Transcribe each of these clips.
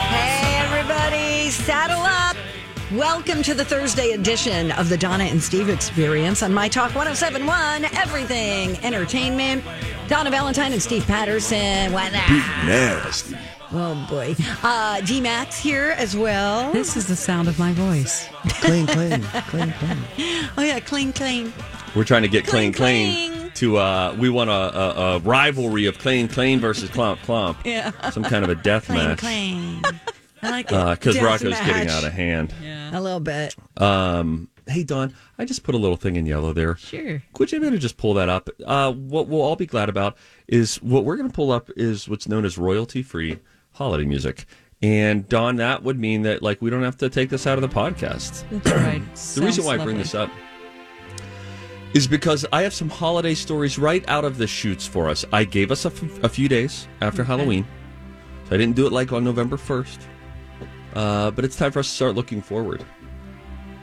Hey, everybody, saddle up. Welcome to the Thursday edition of the Donna and Steve Experience on My Talk 1071, Everything Entertainment. Donna Valentine and Steve Patterson. What now? Nasty. Oh, boy. Uh, D Max here as well. This is the sound of my voice. Clean, clean, clean, clean. Oh, yeah, clean, clean. We're trying to get Clean, clean, clean, clean. to. Uh, we want a, a, a rivalry of clean, clean versus clump, clump. Yeah. Some kind of a death match. Clean. I like it. Because Death Uh, Rocco's match. getting out of hand. A little bit. Um, hey, Don, I just put a little thing in yellow there. Sure. Could you better just pull that up? Uh, what we'll all be glad about is what we're going to pull up is what's known as royalty free holiday music. And Don, that would mean that like we don't have to take this out of the podcast. That's right. The reason why I bring this up is because I have some holiday stories right out of the shoots for us. I gave us a, f- a few days after Halloween, so I didn't do it like on November 1st. Uh, but it's time for us to start looking forward.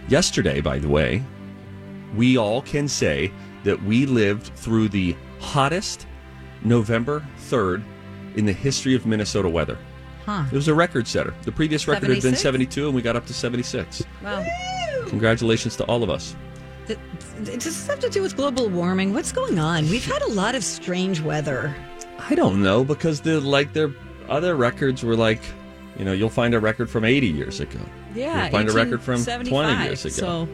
Yesterday, by the way, we all can say that we lived through the hottest November 3rd in the history of Minnesota weather. Huh. It was a record setter. The previous record had been 76? 72, and we got up to 76. Wow. Congratulations to all of us. Th- th- Does this have to do with global warming? What's going on? We've had a lot of strange weather. I don't know because the like their other records were like, you know, you'll find a record from 80 years ago. Yeah. You'll find a record from 1875, 20 years ago. So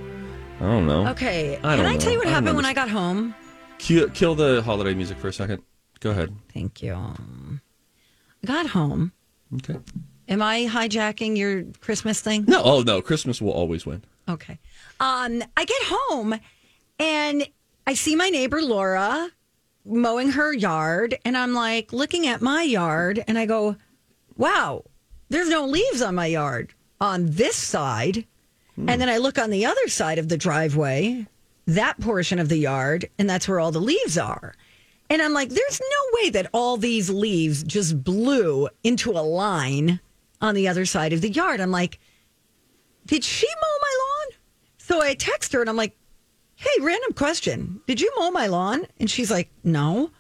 I don't know. Okay. I Can don't I know. tell you what I don't happened when understand. I got home? Kill, kill the holiday music for a second. Go ahead. Thank you. I got home. Okay. Am I hijacking your Christmas thing? No. Oh no. Christmas will always win. Okay. Um, I get home and I see my neighbor Laura mowing her yard, and I'm like looking at my yard, and I go, "Wow, there's no leaves on my yard on this side." And then I look on the other side of the driveway, that portion of the yard, and that's where all the leaves are. And I'm like, there's no way that all these leaves just blew into a line on the other side of the yard. I'm like, did she mow my lawn? So I text her and I'm like, hey, random question. Did you mow my lawn? And she's like, no.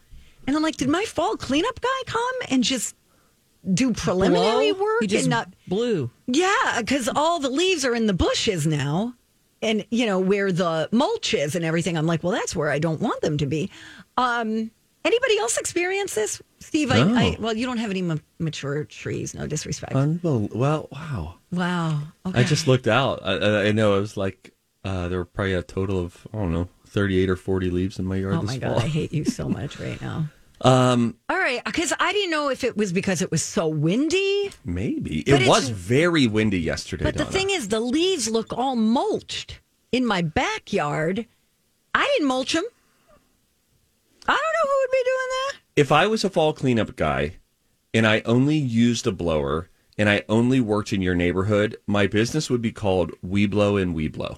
And I'm like, did my fall cleanup guy come and just do preliminary blow, work He just and not blew. yeah, because all the leaves are in the bushes now. And, you know, where the mulch is and everything. I'm like, well, that's where I don't want them to be. Um, anybody else experience this? Steve, I, No. I well, you don't have any ma- mature trees. No disrespect. Unbel- well, wow. wow. Okay. I just looked out. I- I, I know it was like uh, there were probably a total of I don't know 38 or 40 leaves in my yard Oh this my God, I fall. hate you so much right now. Um, all right, because I didn't know if it was because it was so windy. Maybe But it it's- was very windy yesterday. But the Donna. thing is, the leaves look all mulched in my backyard. I didn't mulch them. I don't know who would be doing that. if I was a fall cleanup guy and I only used a blower and I only worked in your neighborhood, my business would be called We Blow and We Blow.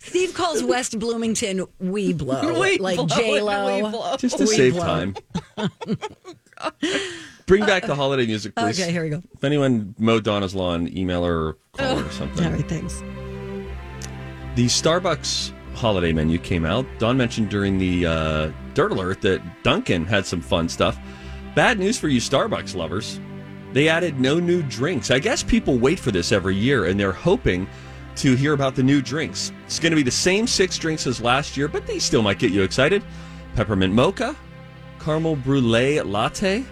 Steve calls West Bloomington We Blow, like J Lo. Just to We save blow. time. Bring back the holiday music, please. Okay, here we go. If anyone mowed Donna's lawn, email her or call her or something. All right, thanks. The Starbucks holiday menu came out. Don mentioned during the uh, Dirt Alert that Duncan had some fun stuff. Bad news for you Starbucks lovers. They added no new drinks. I guess people wait for this every year and they're hoping to hear about the new drinks. It's going to be the same six drinks as last year, but they still might get you excited. Peppermint mocha, caramel brulee latte,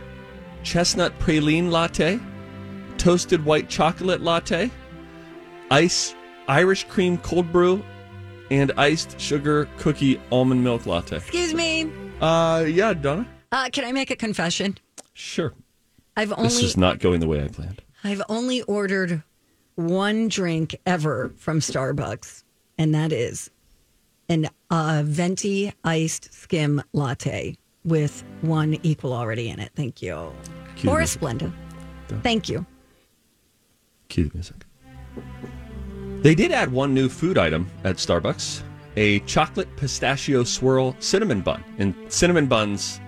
chestnut praline latte, toasted white chocolate latte, ice Irish cream cold brew, and iced sugar cookie almond milk latte. Excuse me. Uh, yeah, Donna. Uh, can I make a confession? Sure. I've This only is not going the way I planned. I've only ordered one drink ever from Starbucks, and that is an uh, venti iced skim latte with one equal already in it. Thank you. Cue the or a music. Splenda. Thank you. Cue the music. They did add one new food item at Starbucks a chocolate pistachio swirl cinnamon bun. And cinnamon buns,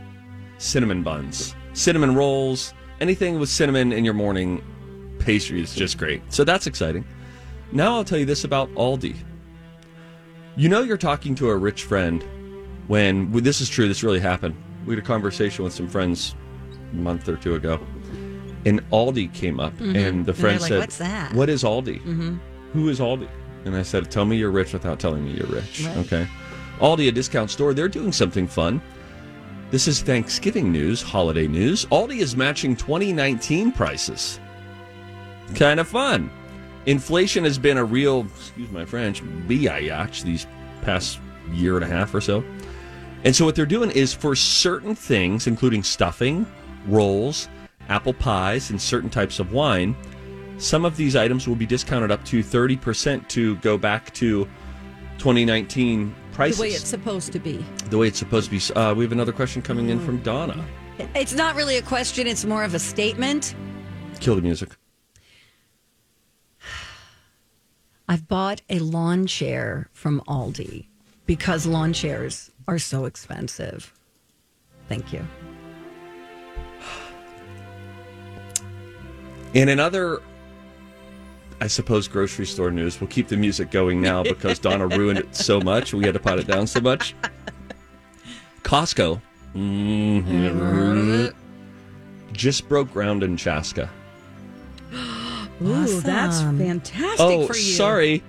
cinnamon buns, cinnamon rolls, anything with cinnamon in your morning pastry is just great. So that's exciting. Now I'll tell you this about Aldi. You know, you're talking to a rich friend when well, this is true, this really happened. We had a conversation with some friends a month or two ago, and Aldi came up, and the friend Mm-hmm. like, said, "What's that?" Mm-hmm. What is Aldi? Who is Aldi? And I said, Tell me you're rich without telling me you're rich. Okay. Aldi, a discount store, they're doing something fun. This is Thanksgiving news, holiday news. Aldi is matching 2019 prices. Kind of fun. Inflation has been a real, excuse my French, biatch these past year and a half or so. And so what they're doing is for certain things, including stuffing, rolls, apple pies, and certain types of wine, some of these items will be discounted up to 30% to go back to 2019 prices. The way it's Hmm. supposed to be. The way it's supposed to be. Uh, we have another question coming in from Donna. It's not really a question, it's more of a statement. Kill the music. I've bought a lawn chair from Aldi because lawn chairs are so expensive. Thank you. And another, I suppose, grocery store news. We'll keep the music going now because Donna ruined it so much. We had to pot it down so much. Costco Mhm. just broke ground in Chaska. Ooh, that's fantastic Oh, for you. sorry.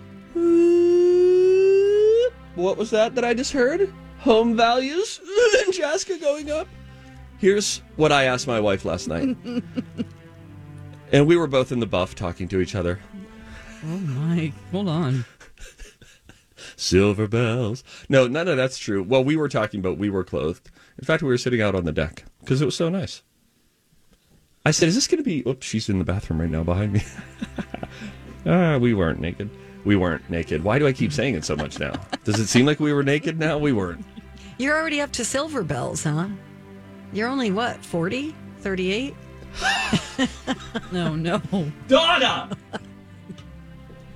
What was that that I just heard? Home values in Chaska going up. Here's what I asked my wife last night. and we were both in the buff talking to each other. Oh, Mike, hold on. Silver bells. No, none of that's true. Well, we were talking about we were clothed. In fact, we were sitting out on the deck because it was so nice. I said, "Is this going to be?" Oops, she's in the bathroom right now behind me. ah, we weren't naked. We weren't naked. Why do I keep saying it so much now? Does it seem like we were naked now? We weren't. You're already up to silver bells, huh? You're only what, 40, 38? No, no. Donna!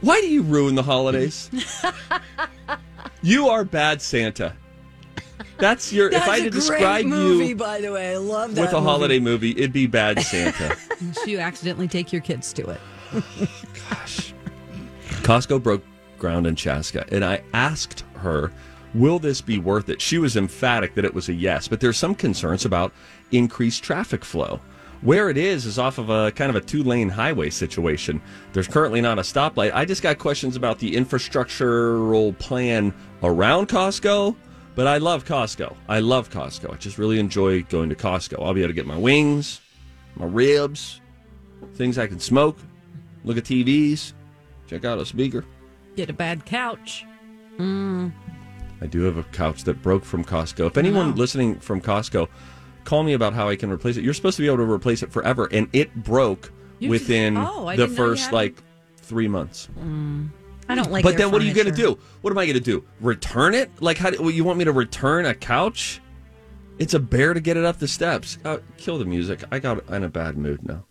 Why do you ruin the holidays? you are bad Santa. That's your. That's if I a had to great describe movie, you by the way. I love that. with a movie. holiday movie, it'd be Bad Santa. So you accidentally take your kids to it. Costco broke ground in Chaska, and I asked her, "Will this be worth it?" She was emphatic that it was a yes, but there's some concerns about increased traffic flow. Where it is is off of a kind of a two-lane highway situation. There's currently not a stoplight. I just got questions about the infrastructural plan around Costco, but I love Costco. I love Costco. I just really enjoy going to Costco. I'll be able to get my wings, my ribs, things I can smoke, look at TVs, check out a speaker. Get a bad couch. I do have a couch that broke from Costco. If anyone listening from Costco, call me about how I can replace it. You're supposed to be able to replace it forever, and it broke You just- within Oh, I the didn't know you first had- like three months. I don't like but their then what are you going to furniture. do? What am I going to do? Return it? Like, how do well, you want me to return a couch? It's a bear to get it up the steps. Uh, kill the music. I got in a bad mood now.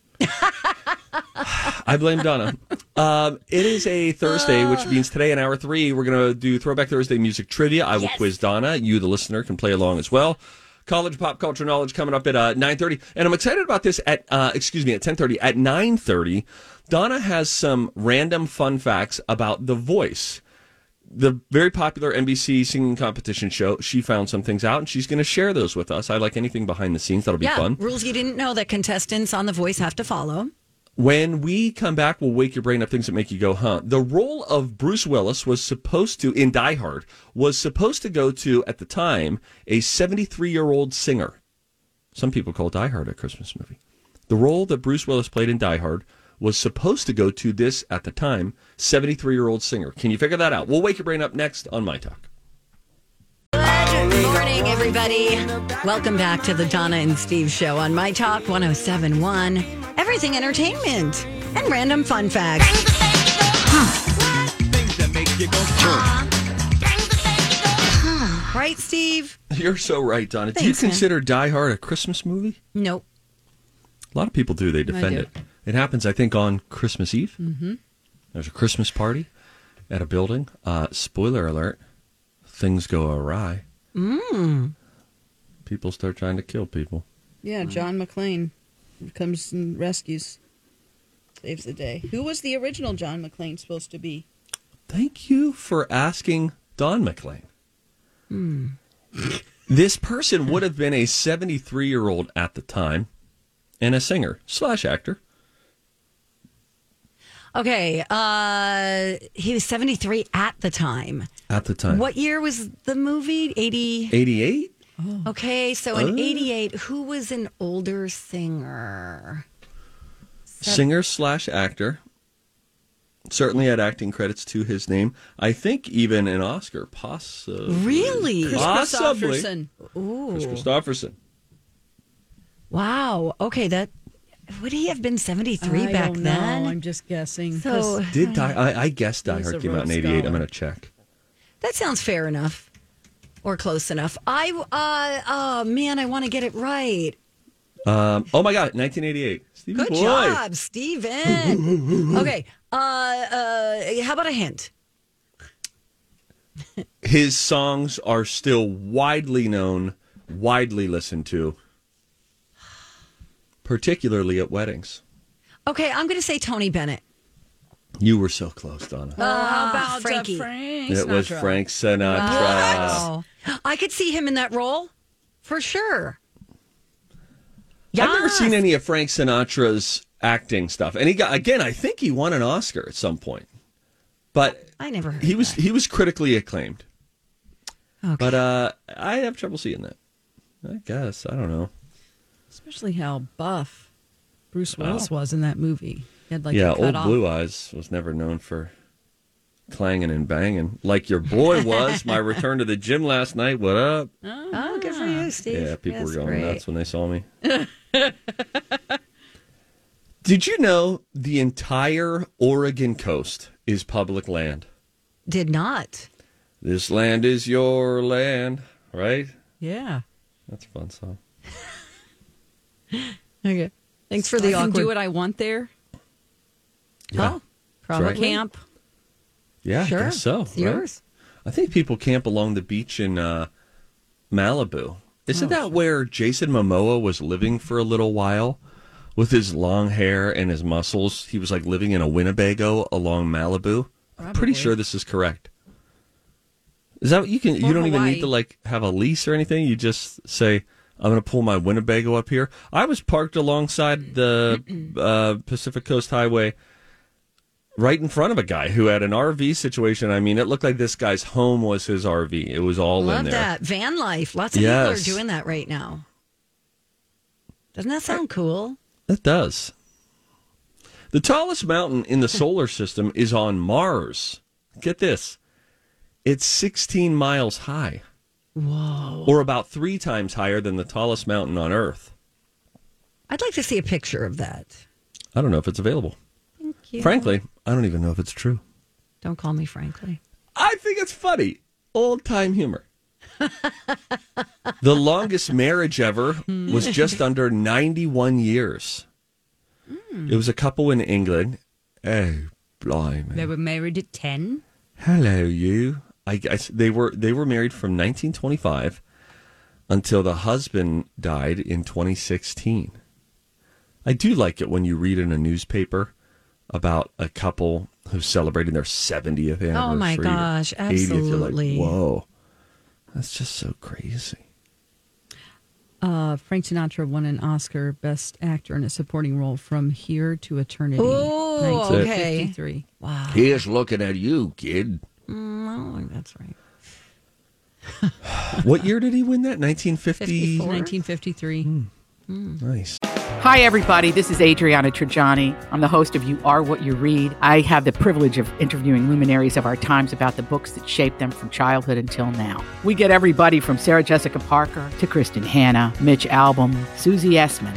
I blame Donna. Um, it is a Thursday, which means today in hour three, we're going to do Throwback Thursday music trivia. I will quiz Donna. You, the listener, can play along as well. College pop culture knowledge coming up at uh, 9.30. And I'm excited about this at, uh, excuse me, at 10.30. At 9.30, Donna has some random fun facts about The Voice the very popular NBC singing competition show, she found some things out and she's going to share those with us. I like anything behind the scenes. That'll be Yeah, fun. rules you didn't know that contestants on The Voice have to follow. When we come back, we'll wake your brain up things that make you go, huh? The role of Bruce Willis was supposed to, in Die Hard, was supposed to go to, at the time, a 73 year old singer. Some people call Die Hard a Christmas movie. The role that Bruce Willis played in Die Hard was supposed to go to this, at the time, 73 year old singer. Can you figure that out? We'll wake your brain up next on My Talk. Good morning, everybody. Welcome back to the Donna and Steve show on My Talk 1071, Everything Entertainment, and Random Fun Facts. Right, Steve? You're so right, Donna. do you Thanks, man. consider Die Hard a Christmas movie? Nope. A lot of people do. They defend do. it. It happens, I think, on Christmas Eve. Mm-hmm. There's a Christmas party at a building. Uh, spoiler alert: things go awry. Mm. People start trying to kill people. Yeah, John McClane comes and rescues, saves the day. Who was the original John McClane supposed to be? Thank you for asking, Don McLean. this person would have been a 73 year old at the time, and a singer slash actor. Okay. Uh, he was 73 at the time. At the time, What year was the movie? 80. 88? Okay, so in 88, who was an older singer? singer slash actor. Certainly had acting credits to his name. I think even an Oscar, possibly. Really? Possibly. Christopherson. Chris Christopherson. Wow. Okay, that would he have been 73 I back don't know. then? I'm just guessing. 'cause so Did Die, I, I guess Die He's Hard a came out in real 88. I'm scholar. going to check. that sounds fair enough or close enough. I uh oh man, I want to get it right. Um, oh my God, 1988. Stevie Good Boy. job, Steven. okay. Uh uh how about a hint? His songs are still widely known, widely listened to, particularly at weddings. Okay, I'm going to say Tony Bennett. You were so close, Donna. how about Frankie? Frank it was Sinatra? Frank Sinatra. Wow. I could see him in that role for sure. I've never seen any of Frank Sinatra's acting stuff, and he got again. I think he won an Oscar at some point, but I never heard he of was that. he was critically acclaimed. Okay. But uh, I have trouble seeing that. I guess I don't know. Especially how buff Bruce Willis was in that movie. He had like Oh. yeah, a cut old off. Blue Eyes was never known for clanging and banging like your boy was. My return to the gym last night. What up? Oh, good for you, Steve. Yeah, people That's were going great. nuts when they saw me. Did you know the entire Oregon coast is public land? Did not. This land is your land, right? Yeah. That's a fun song. Okay. Thanks for the I can awkward- do what I want there. Yeah. Probably right. camp. Yeah, I Sure. guess so. It's right? yours. I think people camp along the beach in uh, Malibu. Oh, Isn't that where Jason Momoa was living for a little while with his long hair and his muscles? He was like living in a Winnebago along Malibu. I'm pretty sure this is correct. Is that what you can? you don't even need Hawaii. to like have a lease or anything. You just say, "I'm going to pull my Winnebago up here." I was parked alongside the Mm. uh, Pacific Coast Highway right in front of a guy who had an RV situation. I mean, it looked like this guy's home was his RV. It was all in Love there. that. Van life. Lots of Yes. people are doing that right now. Doesn't that sound cool? That does. The tallest mountain in the solar system is on Mars. Get this. It's 16 miles high. Whoa. Or about 3 times higher than the tallest mountain on Earth. I'd like to see a picture of that. I don't know if it's available. Thank you. Frankly, I don't even know if it's true. Don't call me frankly. I think it's funny. Old time humor. the longest marriage ever was just under 91 years. It was a couple in England. Oh, blimey. were married at 10. Hello, you. I guess they were they were married from 1925 until the husband died in 2016. I do like it when you read in a newspaper about a couple who's celebrating their 70th anniversary. Oh, my or gosh, 80th. You're like, absolutely. Whoa, that's just so crazy. Uh, Frank Sinatra won an Oscar Best Actor in a Supporting Role from Here to Eternity. Ooh, okay. 1953. Wow. Here's looking at you, kid. Oh, that's right. what year did he win that? 1950. Hmm. 1953. Nice. Hi, everybody. This is Adriana Trajani. I'm the host of You Are What You Read. I have the privilege of interviewing luminaries of our times about the books that shaped them from childhood until now. We get everybody from Sarah Jessica Parker to Kristen Hanna, Mitch Albom, Susie Essman,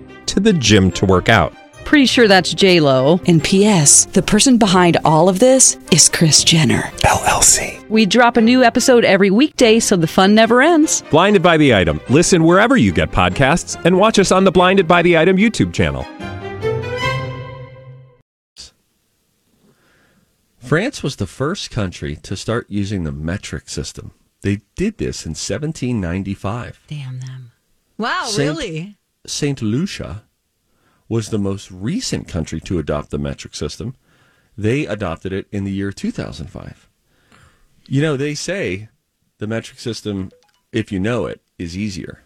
to the gym to work out. Pretty sure that's J Lo. And P.S. The person behind all of this is Chris Jenner. LLC. We drop a new episode every weekday, so the fun never ends. Blinded by the item. Listen wherever you get podcasts, and watch us on the Blinded by the Item YouTube channel. France was the first country to start using the metric system. They did this in 1795. Damn them. Wow, Saint- really? St. Lucia was the most recent country to adopt the metric system. They adopted it in the year 2005. You know, they say the metric system, if you know it, is easier.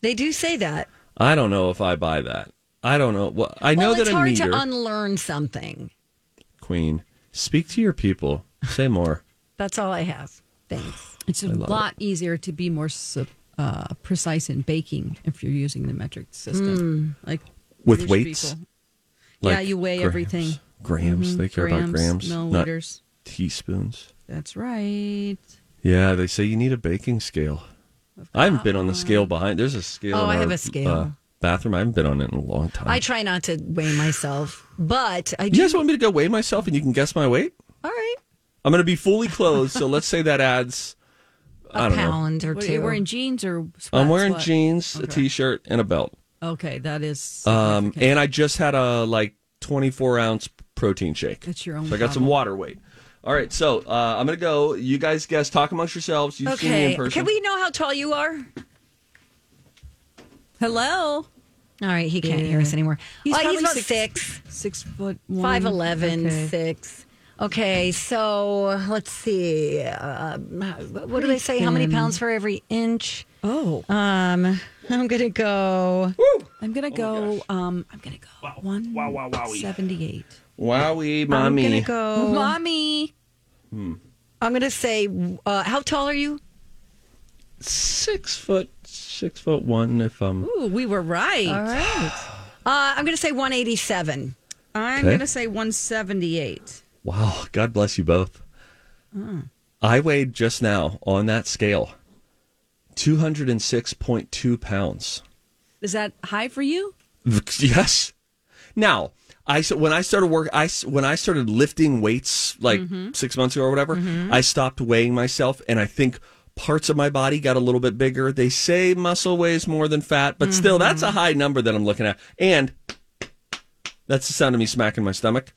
They do say that. I don't know if I buy that. I don't know. Well, I know well, that it's a hard meter, to unlearn something. queen, speak to your people, say more. That's all I have. Thanks. It's a lot easier to be more su- uh, precise in baking if you're using the metric system. Like With British weights? people. Yeah, you weigh everything. Grams. They care about grams, not Mm-hmm. milliliters. teaspoons. That's right. Yeah, they say you need a baking scale. I haven't been on the scale behind. There's a scale. Oh, in I have our, uh, a scale. bathroom. I haven't been on it in a long time. I try not to weigh myself, but I do. you guys want me to go weigh myself and you can guess my weight? all right, I'm going to be fully clothed, so let's say that adds. I a don't know. pound or What, two. are you wearing jeans or sweats? I'm wearing What? jeans, a t-shirt, and a belt. Okay, that is. Um, significant. and I just had a like 24 ounce protein shake. That's your own So I got some problem. water weight. All right, so uh, I'm gonna go. You guys guess. Talk amongst yourselves. You've seen me in okay, person. can we know how tall you are? Hello. All right, he can't hear us anymore. He's, He's oh, probably he's about six- six, Six foot one. five eleven, Okay. six. Okay, so let's see. Uh, what do they say? How many pounds for every inch? Oh, Um, I'm gonna go. I'm gonna go. uh, um, I'm gonna go. One. Wow. Wow. Wow. Seventy-eight. Wowie, I'm mommy. gonna Oh. go. Mommy. I'm gonna say. Uh, how tall are you? Six foot, six foot one. If I'm Ooh, we were right. All right. Uh, I'm gonna say 187. I'm Okay. gonna say 178. wow, God bless you both. I weighed just now on that scale, two hundred and six point two pounds. Is that high for you? Yes. Now, I s- when I started work, I s- when I started lifting weights like six months ago or whatever, I stopped weighing myself, and I think parts of my body got a little bit bigger. They say muscle weighs more than fat, but still, that's a high number that I'm looking at, and that's the sound of me smacking my stomach.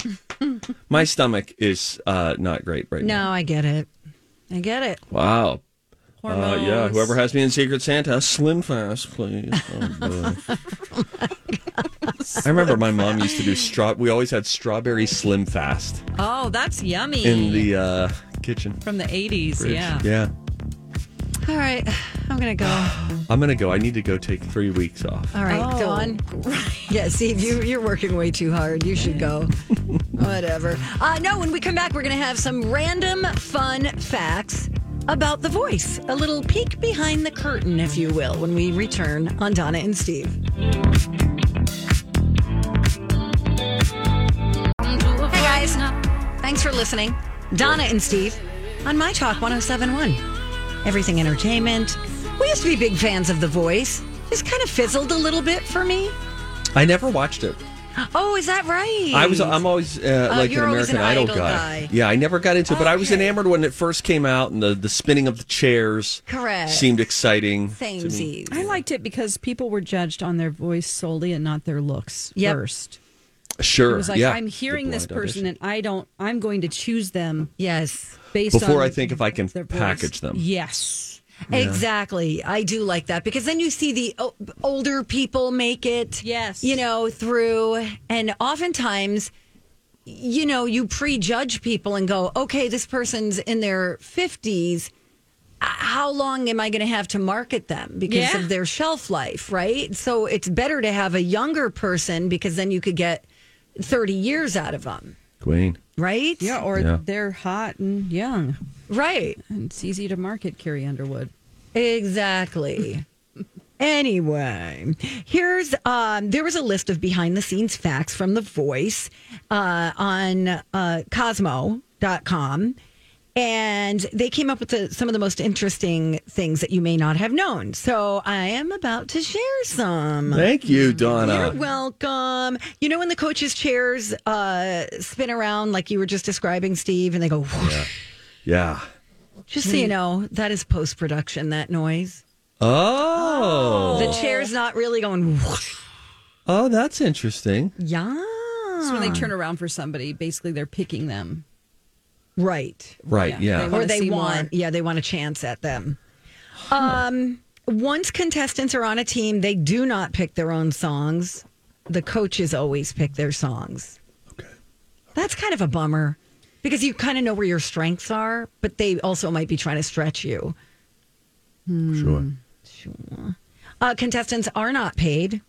my stomach is uh, not great right now. No, I get it. I get it. Wow. Uh, yeah, Hormones. whoever has me in Secret Santa, slim fast, please. Oh, boy. I remember my mom used to do straw. We always had strawberry slim fast Oh, that's yummy. in the uh, kitchen. From the 80s, fridge. yeah. yeah. All right, I'm gonna go. I'm gonna go. I need to go take three weeks off. All Oh, right, Dawn. Yeah, Steve, you, you're working way too hard. You should go. Whatever. Uh, no, when we come back, we're going to have some random fun facts about The Voice. A little peek behind the curtain, if you will, when we return on Donna and Steve. Hey, guys. Thanks for listening. Donna and Steve on My Talk 1071. Everything Entertainment. We used to be big fans of The Voice. Just kind of fizzled a little bit for me. I never watched it. Oh, is that right? I was. I'm always uh, Oh, like an you're always American an Idol, Idol guy. Yeah, I never got into it, but I was Okay. enamored when it first came out, and the the spinning of the chairs Correct. seemed exciting. to me. Samesies. I liked it because people were judged on their voice solely and not their looks Yep. first. Sure. It was like, yeah. I'm The hearing this blind audition. person and I don't, I'm going to choose them Yes. based on Before I think if I can their voice. package them. Yes. Exactly. I do like that because then you see the o- older people make it. Yes. You know, through, and oftentimes, you know, you prejudge people and go, okay, this person's in their 50s. Uh, How long am I going to have to market them because Yeah. of their shelf life, right? So it's better to have a younger person because then you could get 30 years out of them, Queen. right? Yeah, or Yeah. they're hot and young. Right. And it's easy to market Carrie Underwood. Exactly. anyway, here's um, there was a list of behind the scenes facts from The Voice uh, on uh, Cosmo.com. And they came up with the, some of the most interesting things that you may not have known. So I am about to share some. Thank you, Donna. You're welcome. You know when the coaches' chairs uh, spin around, like you were just describing, Steve, and they go, whoosh? Yeah. just so you know, that is post production, that noise. Oh. The chair's not really going. Whoosh. Oh, that's interesting. Yeah. So when they turn around for somebody, basically they're picking them. Right. Right, yeah. wanna or they see want, more. Hmm. yeah, they want a chance at them. Um, once contestants are on a team, they do not pick their own songs. The coaches always pick their songs. Okay. That's kind of a bummer because you kind of know where your strengths are, but they also might be trying to stretch you. Sure. Uh, contestants are not paid.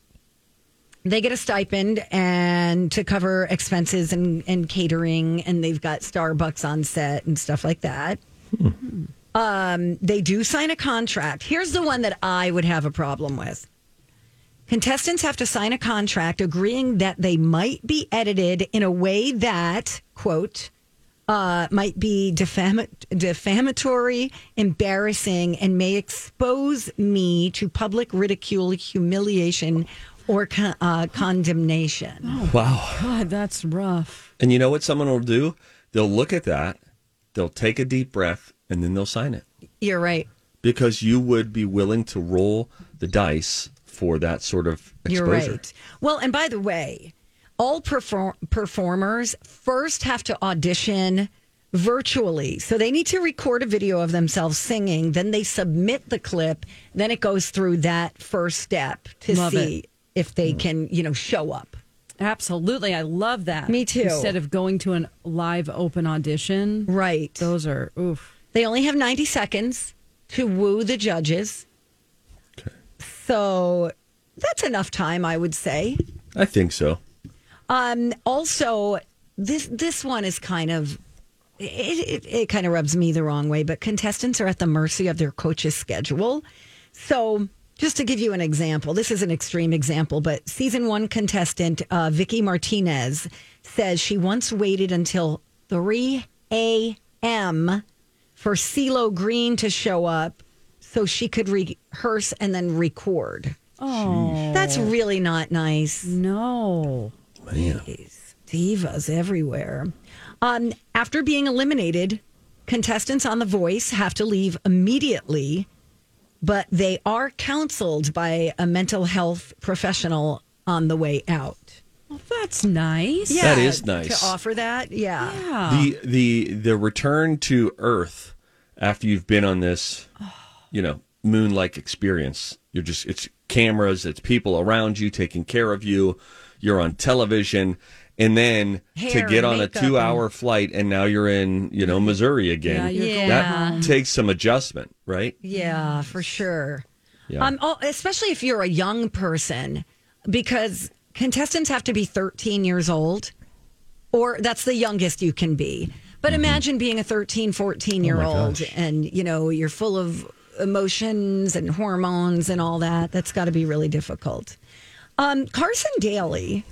They get a stipend and to cover expenses and, and catering, and they've got Starbucks on set and stuff like that. Um, they do sign a contract. Here's the one that I would have a problem with. Contestants have to sign a contract agreeing that they might be edited in a way that, quote, uh, might be defam- defamatory, embarrassing, and may expose me to public ridicule, humiliation, or con- uh, condemnation. Oh. Wow. God, that's rough. And you know what someone will do? They'll look at that, they'll take a deep breath, and then they'll sign it. You're right. Because you would be willing to roll the dice for that sort of exposure. You're right. Well, and by the way, all perform- performers first have to audition virtually. So they need to record a video of themselves singing, then they submit the clip, then it goes through that first step to Love see if they can, you know, show up. Absolutely. I love that. Me too. Instead of going to an live open audition. Right. Those are oof. They only have 90 seconds to woo the judges. So that's enough time, I would say. I think so. Um, also, this this one is kind of it, it, it kind of rubs me the wrong way, but contestants are at the mercy of their coach's schedule. So, just to give you an example, this is an extreme example, but season one contestant uh, Vicky Martinez says she once waited until three a.m. for CeeLo Green to show up so she could rehearse and then record. Oh That's really not nice no. divas everywhere. Um, after being eliminated, contestants on The Voice have to leave immediately, but they are counseled by a mental health professional on the way out. Well, that's nice. That is nice. To offer that, yeah. The Oh. the the return to Earth after you've been on this, you know, moon like experience. You're just it's cameras, it's people around you taking care of you. You're on television, and then Hair to get and on a makeup two hour flight, and now you're in you know Missouri again. Yeah, you're going that home. takes some adjustment, right? Yeah, for sure. Yeah. Um, oh, especially if you're a young person, because contestants have to be 13 years old, or that's the youngest you can be. But imagine being a 13, 14 year old and, you know, you're full of emotions and hormones and all that. That's got to be really difficult. Um, Carson Daly,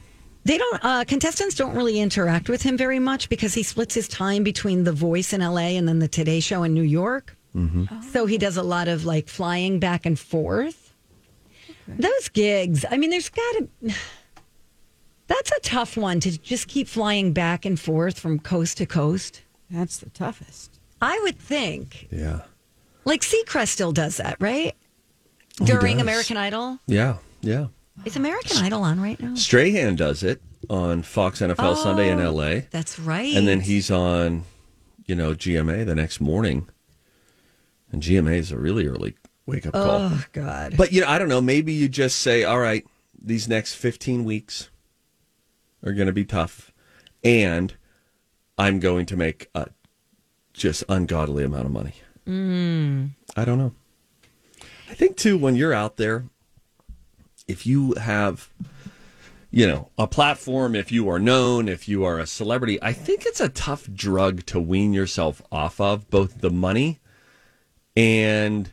they don't, uh, contestants don't really interact with him very much because he splits his time between The Voice in LA and then The Today Show in New York. So he does a lot of like flying back and forth. Those gigs, I mean, there's got to. That's a tough one to just keep flying back and forth from coast to coast. That's the toughest. I would think. Yeah, Like Seacrest still does that, right? During Oh, does. American Idol. yeah, yeah. Is American Idol on right now? Strahan does it on Fox NFL Sunday in L.A. That's right. and then he's on, you know, GMA the next morning. And GMA is a really early wake up call. Oh God. But you know, I don't know. Maybe you just say, "All right, these next 15 weeks are going to be tough, and I'm going to make a just ungodly amount of money." Mm. I don't know. I think too when you're out there, if you have, you know, a platform, if you are known, if you are a celebrity, I think it's a tough drug to wean yourself off of both the money and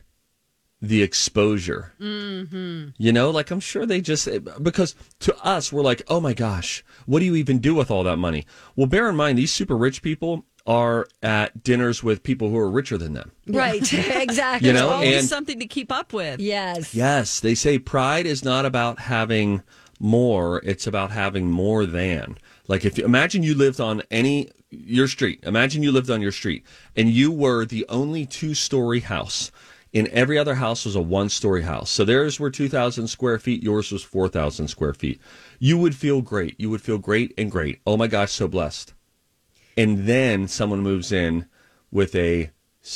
the exposure. Mm-hmm. You know, like I'm sure they just because to us we're like, oh my gosh, what do you even do with all that money? Well, bear in mind these super rich people are at dinners with people who are richer than them. Right. exactly. You know, There's always and- something to keep up with. Yes. Yes, they say pride is not about having more, it's about having more than. Like if you imagine you lived on any your street, imagine you lived on your street and you were the only two-story house. In every other house was a one-story house. So theirs were 2000 square feet, yours was 4000 square feet. You would feel great. You would feel great and great. Oh my gosh, so blessed. And then someone moves in with a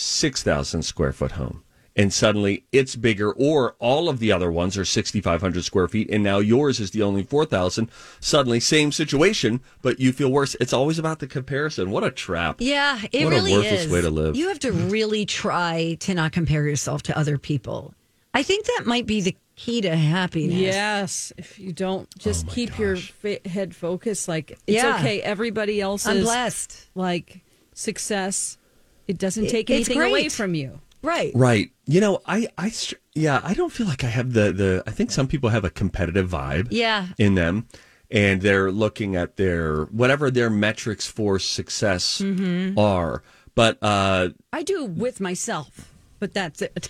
6,000 square foot home. And suddenly it's bigger, or all of the other ones are 6,500 square feet, and now yours is the only 4,000. Suddenly, same situation, but you feel worse. It's always about the comparison. What a trap. Yeah, it what really a worthless is. way to live. You have to really try to not compare yourself to other people. I think that might be the key to happiness. Yes, if you don't just keep your fa- head focused, like it's Yeah. okay. Everybody else I'm is blessed. Like success, it doesn't It- take it's anything away great. from you. Right. Right. You know, I, I, str- yeah, I don't feel like I have the, the, I think some people have a competitive vibe. Yeah. in them and they're looking at their whatever their metrics for success Mm-hmm. Mhm. are but uh I do with myself, but that's it.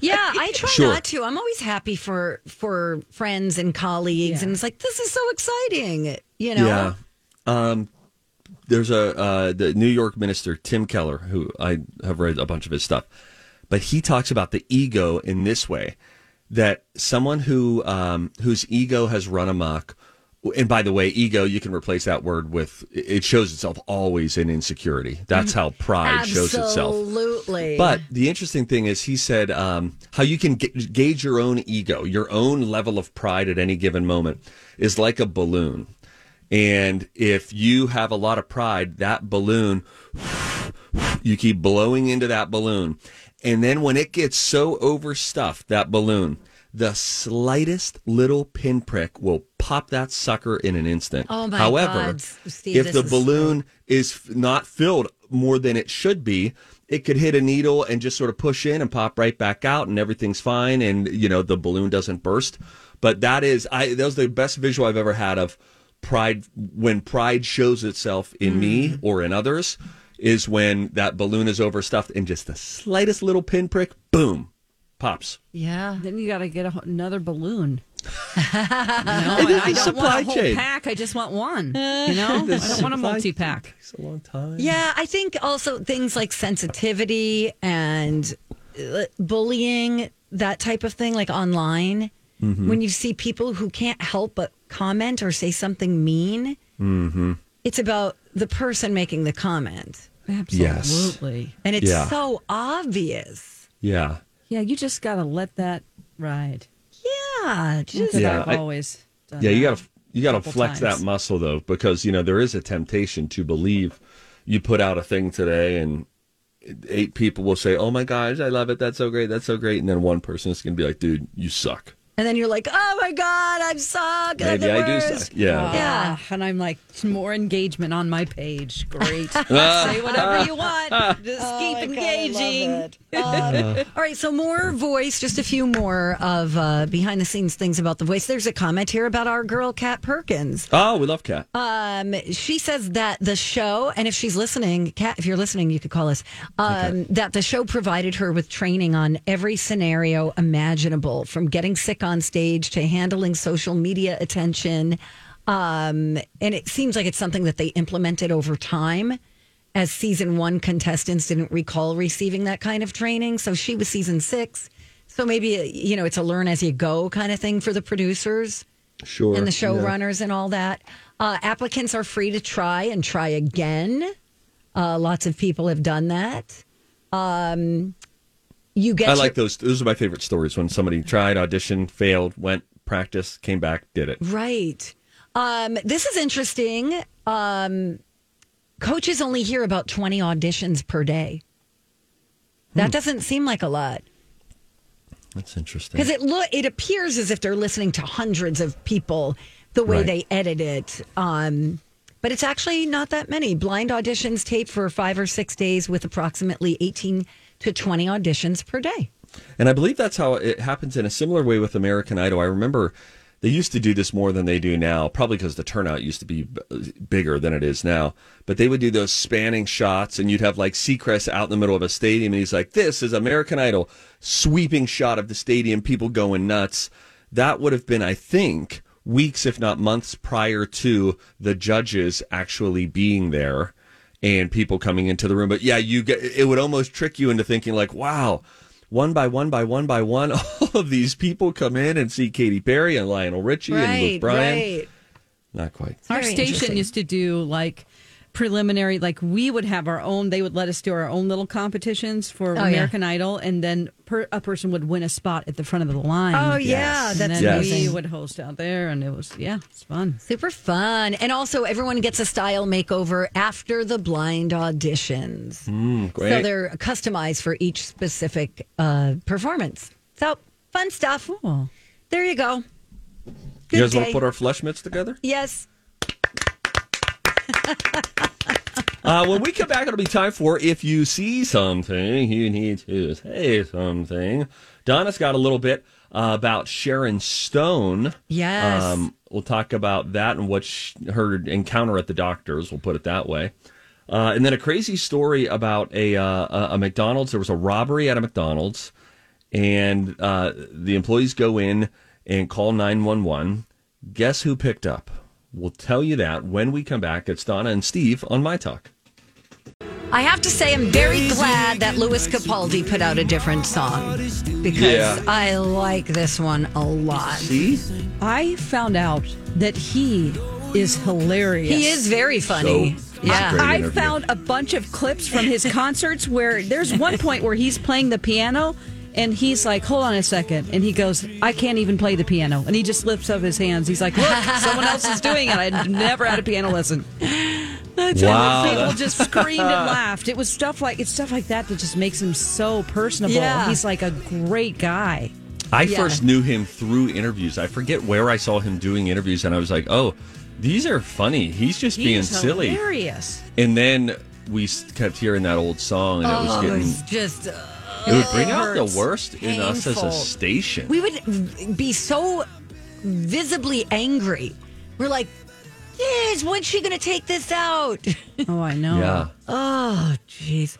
Yeah, I try Sure. not to. I'm always happy for for friends and colleagues, and it's like this is so exciting. You know. yeah um there's a uh the new york minister tim keller who i have read a bunch of his stuff but he talks about the ego in this way that someone who um whose ego has run amok and by the way ego you can replace that word with it shows itself always in insecurity that's how pride shows itself Mm-hmm. Absolutely. But the interesting thing is, he said um, how you can ga- gauge your own ego, your own level of pride at any given moment is like a balloon. And if you have a lot of pride, that balloon, you keep blowing into that balloon. And then when it gets so overstuffed, that balloon, the slightest little pinprick will pop that sucker in an instant. Oh my However, God, Steve, if this the is- balloon is f- not filled more than it should be, it could hit a needle and just sort of push in and pop right back out, and everything's fine, and you know the balloon doesn't burst. But that is, I that was the best visual I've ever had of pride when pride shows itself in me or in others is when that balloon is overstuffed and just the slightest little pinprick, boom, pops. yeah, then you got to get a, wh- another balloon. no, and is I a don't want supply a whole chain. pack. I just want one. You know, I This don't want a supply multi pack. Takes a long time. Yeah, I think also things like sensitivity and uh, bullying, that type of thing, like online, Mhm. when you see people who can't help but comment or say something mean, Mm-hmm. it's about the person making the comment. Absolutely. And it's Yeah. so obvious. Yeah. Yeah, you just got to let that ride. Yeah, just Yeah, I've I- always done Uh-huh. yeah you that. gotta you gotta couple flex times. that muscle though because you know there is a temptation to believe you put out a thing today and eight people will say oh my gosh i love it that's so great that's so great and then one person is gonna be like dude you suck and then you're like, oh my God, I'm suck. I'm Maybe the I do suck. worst." Yeah. Ah, and I'm like, more engagement on my page. Great. Ah. Say whatever you want. Just keep engaging. Um, all right, so more voice, just a few more of uh, behind the scenes things about the voice. There's a comment here about our girl, Kat Perkins. oh we love cat Um, she says that the show, and if she's listening, Kat, if you're listening, you could call us. Um, That the show provided her with training on every scenario imaginable, from getting sick on stage to handling social media attention. Um, and it seems like it's something that they implemented over time, as season one contestants didn't recall receiving that kind of training. So she was season six. So maybe, you know, it's a learn as you go kind of thing for the producers sure and the Yeah. showrunners and all that. Uh, applicants are free to try and try again. Uh, lots of people have done that. Um, you get I like your- those. Those are my favorite stories when somebody tried, auditioned, failed, went, practiced, came back, did it. Right. Um, this is interesting. Um, coaches only hear about 20 auditions per day. That Hmm. doesn't seem like a lot That's interesting. because it look it appears as if they're listening to hundreds of people the way Right. they edit it. Um, but it's actually not that many. Blind auditions tape for five or six days with approximately 18 to 20 auditions per day. And I believe that's how it happens in a similar way with American Idol. I remember they used to do this more than they do now, probably because the turnout used to be b- bigger than it is now. But they would do those spanning shots, and you'd have like Seacrest out in the middle of a stadium, and he's like, This is American Idol, sweeping shot of the stadium, people going nuts. That would have been, I think, weeks, if not months prior to the judges actually being there and people coming into the room. But yeah, you get it would almost trick you into thinking like, wow, one by one by one by one, all of these people come in and see Katy Perry and Lionel Richie and Luke Bryan. Not quite. Our station used to do like preliminary, like we would have our own, they would let us do our own little competitions for Oh, yeah. American Idol, and then per, a person would win a spot at the front of the line. Oh, yeah, Yes. And that's then we amazing. would host out there, and it was, yeah, it's fun. Super fun. And also, everyone gets a style makeover after the blind auditions. Mm, great. So they're customized for each specific uh, performance. So, fun stuff. There you go. you guys want day. to put our flesh mitts together? Yes. Uh, when we come back, it'll be time for if you see something, you need to say something. Donna's got a little bit uh, about Sharon Stone. Yes. Um, we'll talk about that and what sh her encounter at the doctor's. We'll put it that way. Uh, and then a crazy story about a, uh, a- a McDonald's. There was a robbery at a McDonald's, and uh, the employees go in and call 911. Guess who picked up? We'll tell you that when we come back. It's Donna and Steve on My Talk. I have to say, I'm very glad that Louis Capaldi put out a different song because Yeah. I like this one a lot. See? I found out that he is hilarious. He is very funny. So, he's a Yeah. great I interview. found a bunch of clips from his concerts where there's one point where he's playing the piano and he's like, "Hold on a second. and he goes, "I can't even play the piano," and he just lifts up his hands. He's like, "Look, someone else is doing it. I never had a piano lesson." That's Wow. People just screamed and laughed. It was stuff like it's stuff like that that just makes him so personable. Yeah. He's like a great guy. I Yeah. first knew him through interviews. I forget where I saw him doing interviews, and I was like, "Oh, these are funny. He's just being He's silly." Hilarious. And then we s- kept hearing that old song, and it was Oh, getting it's just. it would bring out the hurts. worst in us as a Painful. station. We would be so visibly angry. We're like, yes, when's she going to take this out? Oh, I know. Yeah. Oh, jeez.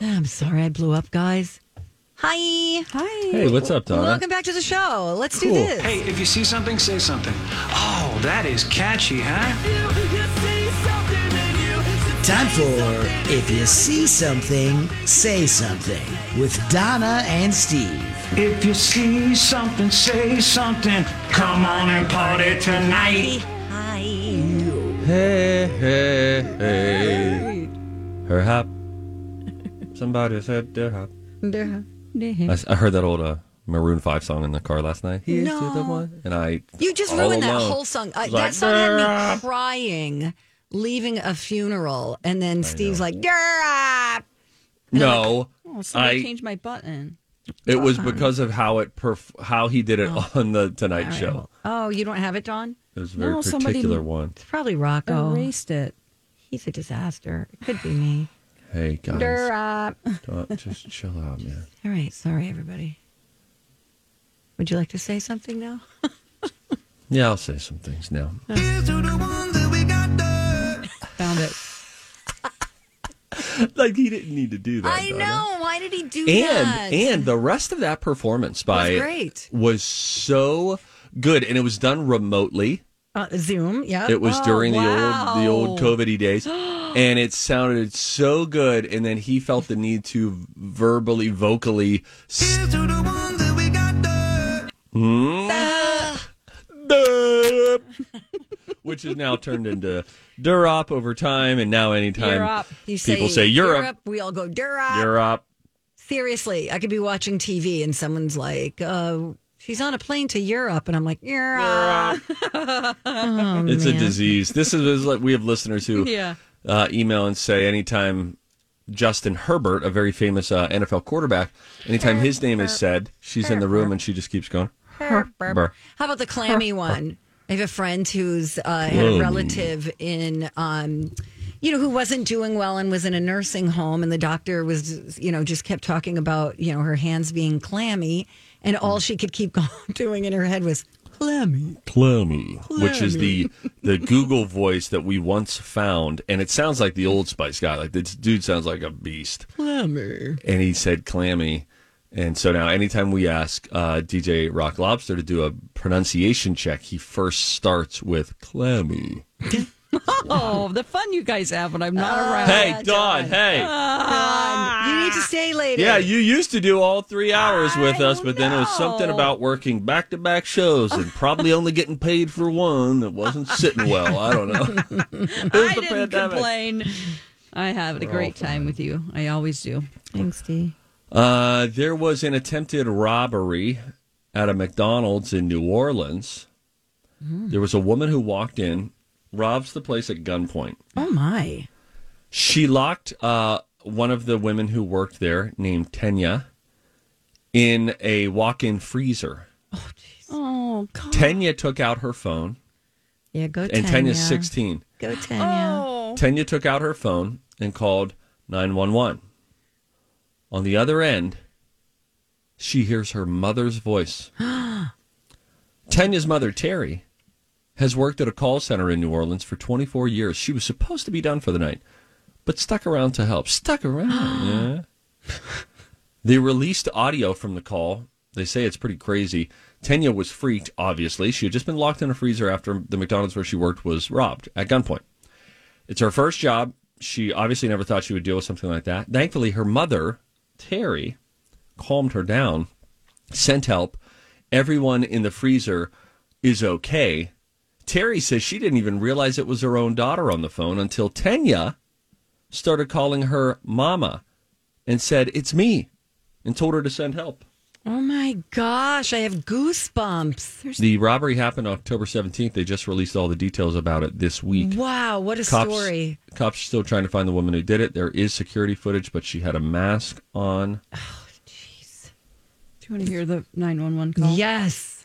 I'm sorry I blew up, guys. Hi. Hi. Hey, what's up, Donna? Welcome back to the show. Let's do Cool. this. Hey, if you see something, say something. Oh, that is catchy, huh? Time for If You See Something, Say Something with Donna and Steve. If you see something, say something. Come on and party tonight. Hey, hey, hey, her hop. Somebody said their hop. I, s- I heard that old uh, Maroon Five song in the car last night. Here's to the No. one, and I You just all ruined that alone whole song. Uh, was that like, song had "Grr." me crying, leaving a funeral, and then Steve's like, "Grr." No, Oh, somebody I changed my button. It was because of how it perf- how he did it on the Tonight Show. "Oh, you don't have it, Don." It was a very particular one. It's probably Rocco. Erased it. He's a disaster. It could be me. Hey guys, Grr. don't, just chill out, man. All right, sorry everybody. Would you like to say something now? Yeah, I'll say some things now. Found it. like he didn't need to do that. I Donna. know. Why did he do that? And and the rest of that performance by Was great. was so good, and it was done remotely. Uh, Zoom. Yeah. It was Oh, during the wow. old the old COVIDy days, and it sounded so good. And then he felt the need to verbally, vocally. s- Hmm? Duh. Which has now turned into Durop over time, and now anytime Europe. You people say Europe, We all go Europe. Europe, Seriously, I could be watching TV and someone's like, uh, she's on a plane to Europe. And I'm like, yeah. it's a disease. This is like we have listeners who Yeah. uh, email and say anytime Justin Herbert, a very famous uh, NFL quarterback, anytime his name is said, she's in the room and she just keeps going. Herbert. How about the clammy one? I have a friend who's uh, had a Whoa. relative in, um, you know, who wasn't doing well and was in a nursing home, and the doctor was, you know, just kept talking about, you know, her hands being clammy, and all she could keep doing in her head was clammy. Clammy, which is the the Google voice that we once found, and it sounds like the Old Spice guy. Like this dude sounds like a beast, Clammy. and he said clammy, and so now anytime we ask uh, DJ Rock Lobster to do a pronunciation check, he first starts with clammy. Oh, the fun you guys have when I'm not around. hey, Don. Hey. Oh. you need to stay later. Yeah, you used to do all three hours with us, but then it was something about working back to back shows and probably only getting paid for one that wasn't sitting well. I don't know. I didn't complain. I have a We're all great time with you. I always do. Thanks, Dee. Uh, there was an attempted robbery at a McDonald's in New Orleans. Hmm. There was a woman who walked in, robs the place at gunpoint. Oh my. She locked uh, one of the women who worked there, named Tenya, in a walk in freezer. Oh, God. Tenya took out her phone. Yeah, go and Tanya's Oh. 16. Go Tanya. Tanya took out her phone and called 911. On the other end, she hears her mother's voice. Tanya's mother, Terry, has worked at a call center in New Orleans for 24 years. She was supposed to be done for the night, but stuck around to help. Stuck around, yeah. They released audio from the call. They say it's pretty crazy. Tanya was freaked, obviously. She had just been locked in a freezer after the McDonald's where she worked was robbed at gunpoint. It's her first job. She obviously never thought she would deal with something like that. Thankfully, her mother, Terry, calmed her down, sent help. Everyone in the freezer is okay. Terry says she didn't even realize it was her own daughter on the phone until Tanya started calling her mama and said, It's me, and told her to send help. Oh my gosh, I have goosebumps. The robbery happened October 17th. They just released all the details about it this week. Wow, what a cops, story. Cops still trying to find the woman who did it. There is security footage, but she had a mask on. Do you want to hear the 911 call? Yes.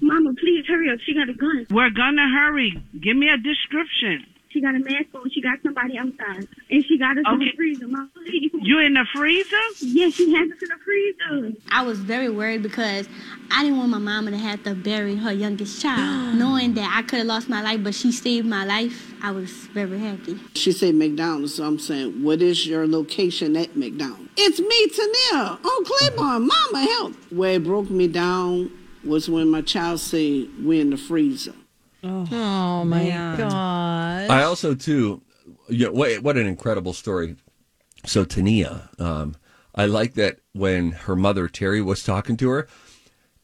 Mama, please hurry up. She got a gun. We're gonna hurry. Give me a description. She got a mask on. She got somebody outside, and she got us in the Okay. freezer. Mama, please. You in the freezer? Yes, she has us in the freezer. I was very worried because I didn't want my mama to have to bury her youngest child. Knowing that I could have lost my life, but she saved my life, I was very happy. She said McDonald's, so I'm saying, what is your location at McDonald's? It's me, Tania, on Claiborne. Mama, help. Where it broke me down was when my child said, we're in the freezer. Oh, my man. God. I also too, yeah. What, what an incredible story. So Tania, um, I like that when her mother Terry was talking to her.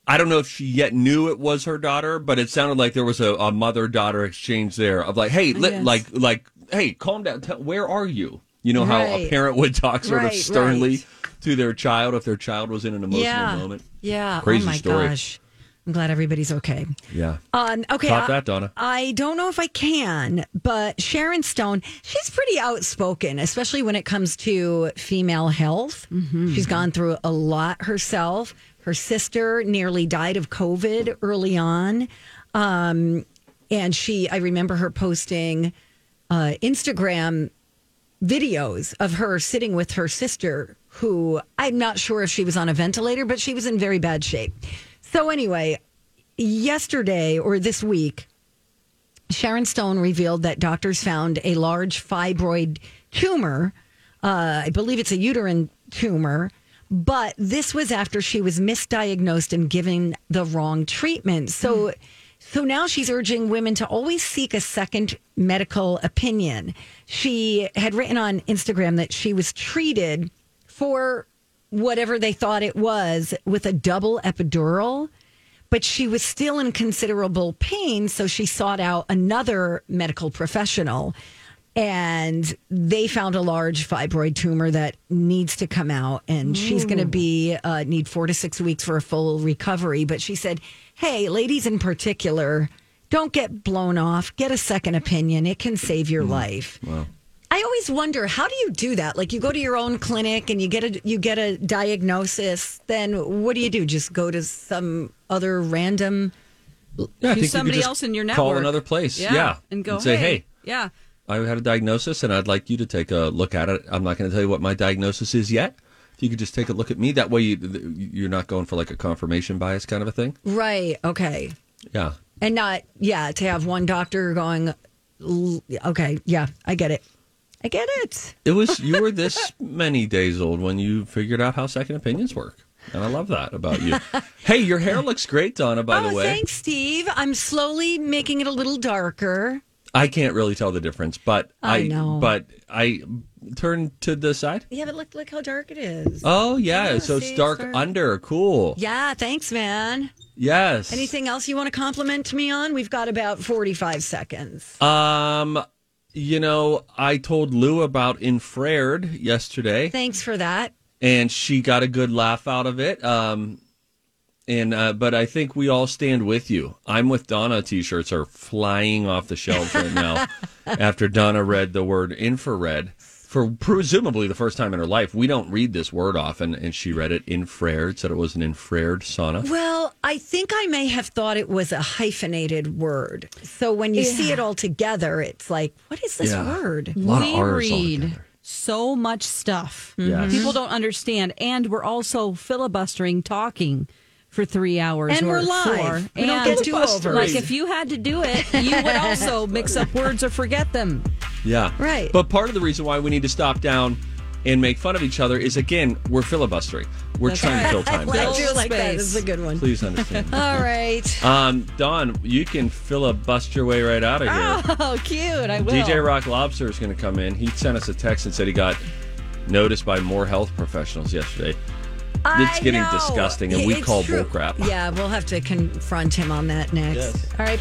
I don't know if she yet knew it was her daughter, but it sounded like there was a, a mother daughter exchange there of like, hey, let, Yes. like, like, hey, calm down. Tell, where are you? You know how a Right. parent would talk sort Right, of sternly to their child if their child was in an emotional yeah. moment. Yeah. Crazy oh my story. gosh. I'm glad everybody's okay. Yeah. Um, okay. Top I- that, Donna. I don't know if I can, but Sharon Stone, she's pretty outspoken, especially when it comes to female health. She's gone through a lot herself. Her sister nearly died of COVID early on. Um, and she, I remember her posting uh, Instagram videos of her sitting with her sister, who I'm not sure if she was on a ventilator, but she was in very bad shape. So, anyway, yesterday or this week, Sharon Stone revealed that doctors found a large fibroid tumor. Uh, I believe it's a uterine tumor, but this was after she was misdiagnosed and given the wrong treatment. So, so now she's urging women to always seek a second medical opinion. She had written on Instagram that she was treated for whatever they thought it was with a double epidural but she was still in considerable pain, so she sought out another medical professional. and they found a large fibroid tumor that needs to come out and she's going to be uh, need four to six weeks for a full recovery but she said hey ladies in particular don't get blown off get a second opinion it can save your life Wow. I always wonder how do you do that? Like you go to your own clinic and you get a you get a diagnosis, then what do you do? Just go to some other random Yeah, I To think you could somebody just else in your Call network. another place. Yeah, Yeah. and go, say, "Hey, hey. yeah." I had a diagnosis and I'd like you to take a look at it. I'm not going to tell you what my diagnosis is yet. If you could just take a look at me, that way you, you're not going for like a confirmation bias kind of a thing. Right, okay. Yeah. And not yeah, to have one doctor going "L- okay, yeah, I get it. I get it. It was you were this many days old when you figured out how second opinions work, and I love that about you. hey, your hair looks great, Donna. Oh, By the way, Oh, Thanks, Steve. I'm slowly making it a little darker. I can't really tell the difference, but I I, know. But I turn to the side. Yeah, but look look how dark it is. Oh yeah, so see, it's it's dark dark. under. Cool. Yeah, thanks, man. Yes. Anything else you want to compliment me on? We've got about 45 seconds. Um, you know, I told Lou about infrared yesterday. Thanks for that. and she got a good laugh out of it. Um, and uh, but I think we all stand with you. I'm with Donna. T-shirts are flying off the shelves right now after Donna read the word infrared for presumably the first time in her life. We don't read this word often, and she read it infrared. Said it was an infrared sauna. Well, I think I may have thought it was a hyphenated word. So when you see it all together, it's like, what is this Yeah. word? A lot of we Rs read so much stuff. Mm-hmm. Yes. People don't understand, and we're also filibustering, talking for three hours, And or we're live. Four. We don't and get do-overs. Like if you had to do it, you would also mix up words or forget them. Yeah. Right. But part of the reason why we need to stop down and make fun of each other is again, we're filibustering. We're That's right. trying to fill time. I guys. do like that. This is a good one. Please understand. All right. Um, Don, you can filibuster your way right out of here. Ah, Oh, cute. I will. DJ Rock Lobster is going to come in. He sent us a text and said he got noticed by more health professionals yesterday. I it's getting know. disgusting, and we It's call true. bull crap. Yeah, we'll have to confront him on that next. Yes. All right.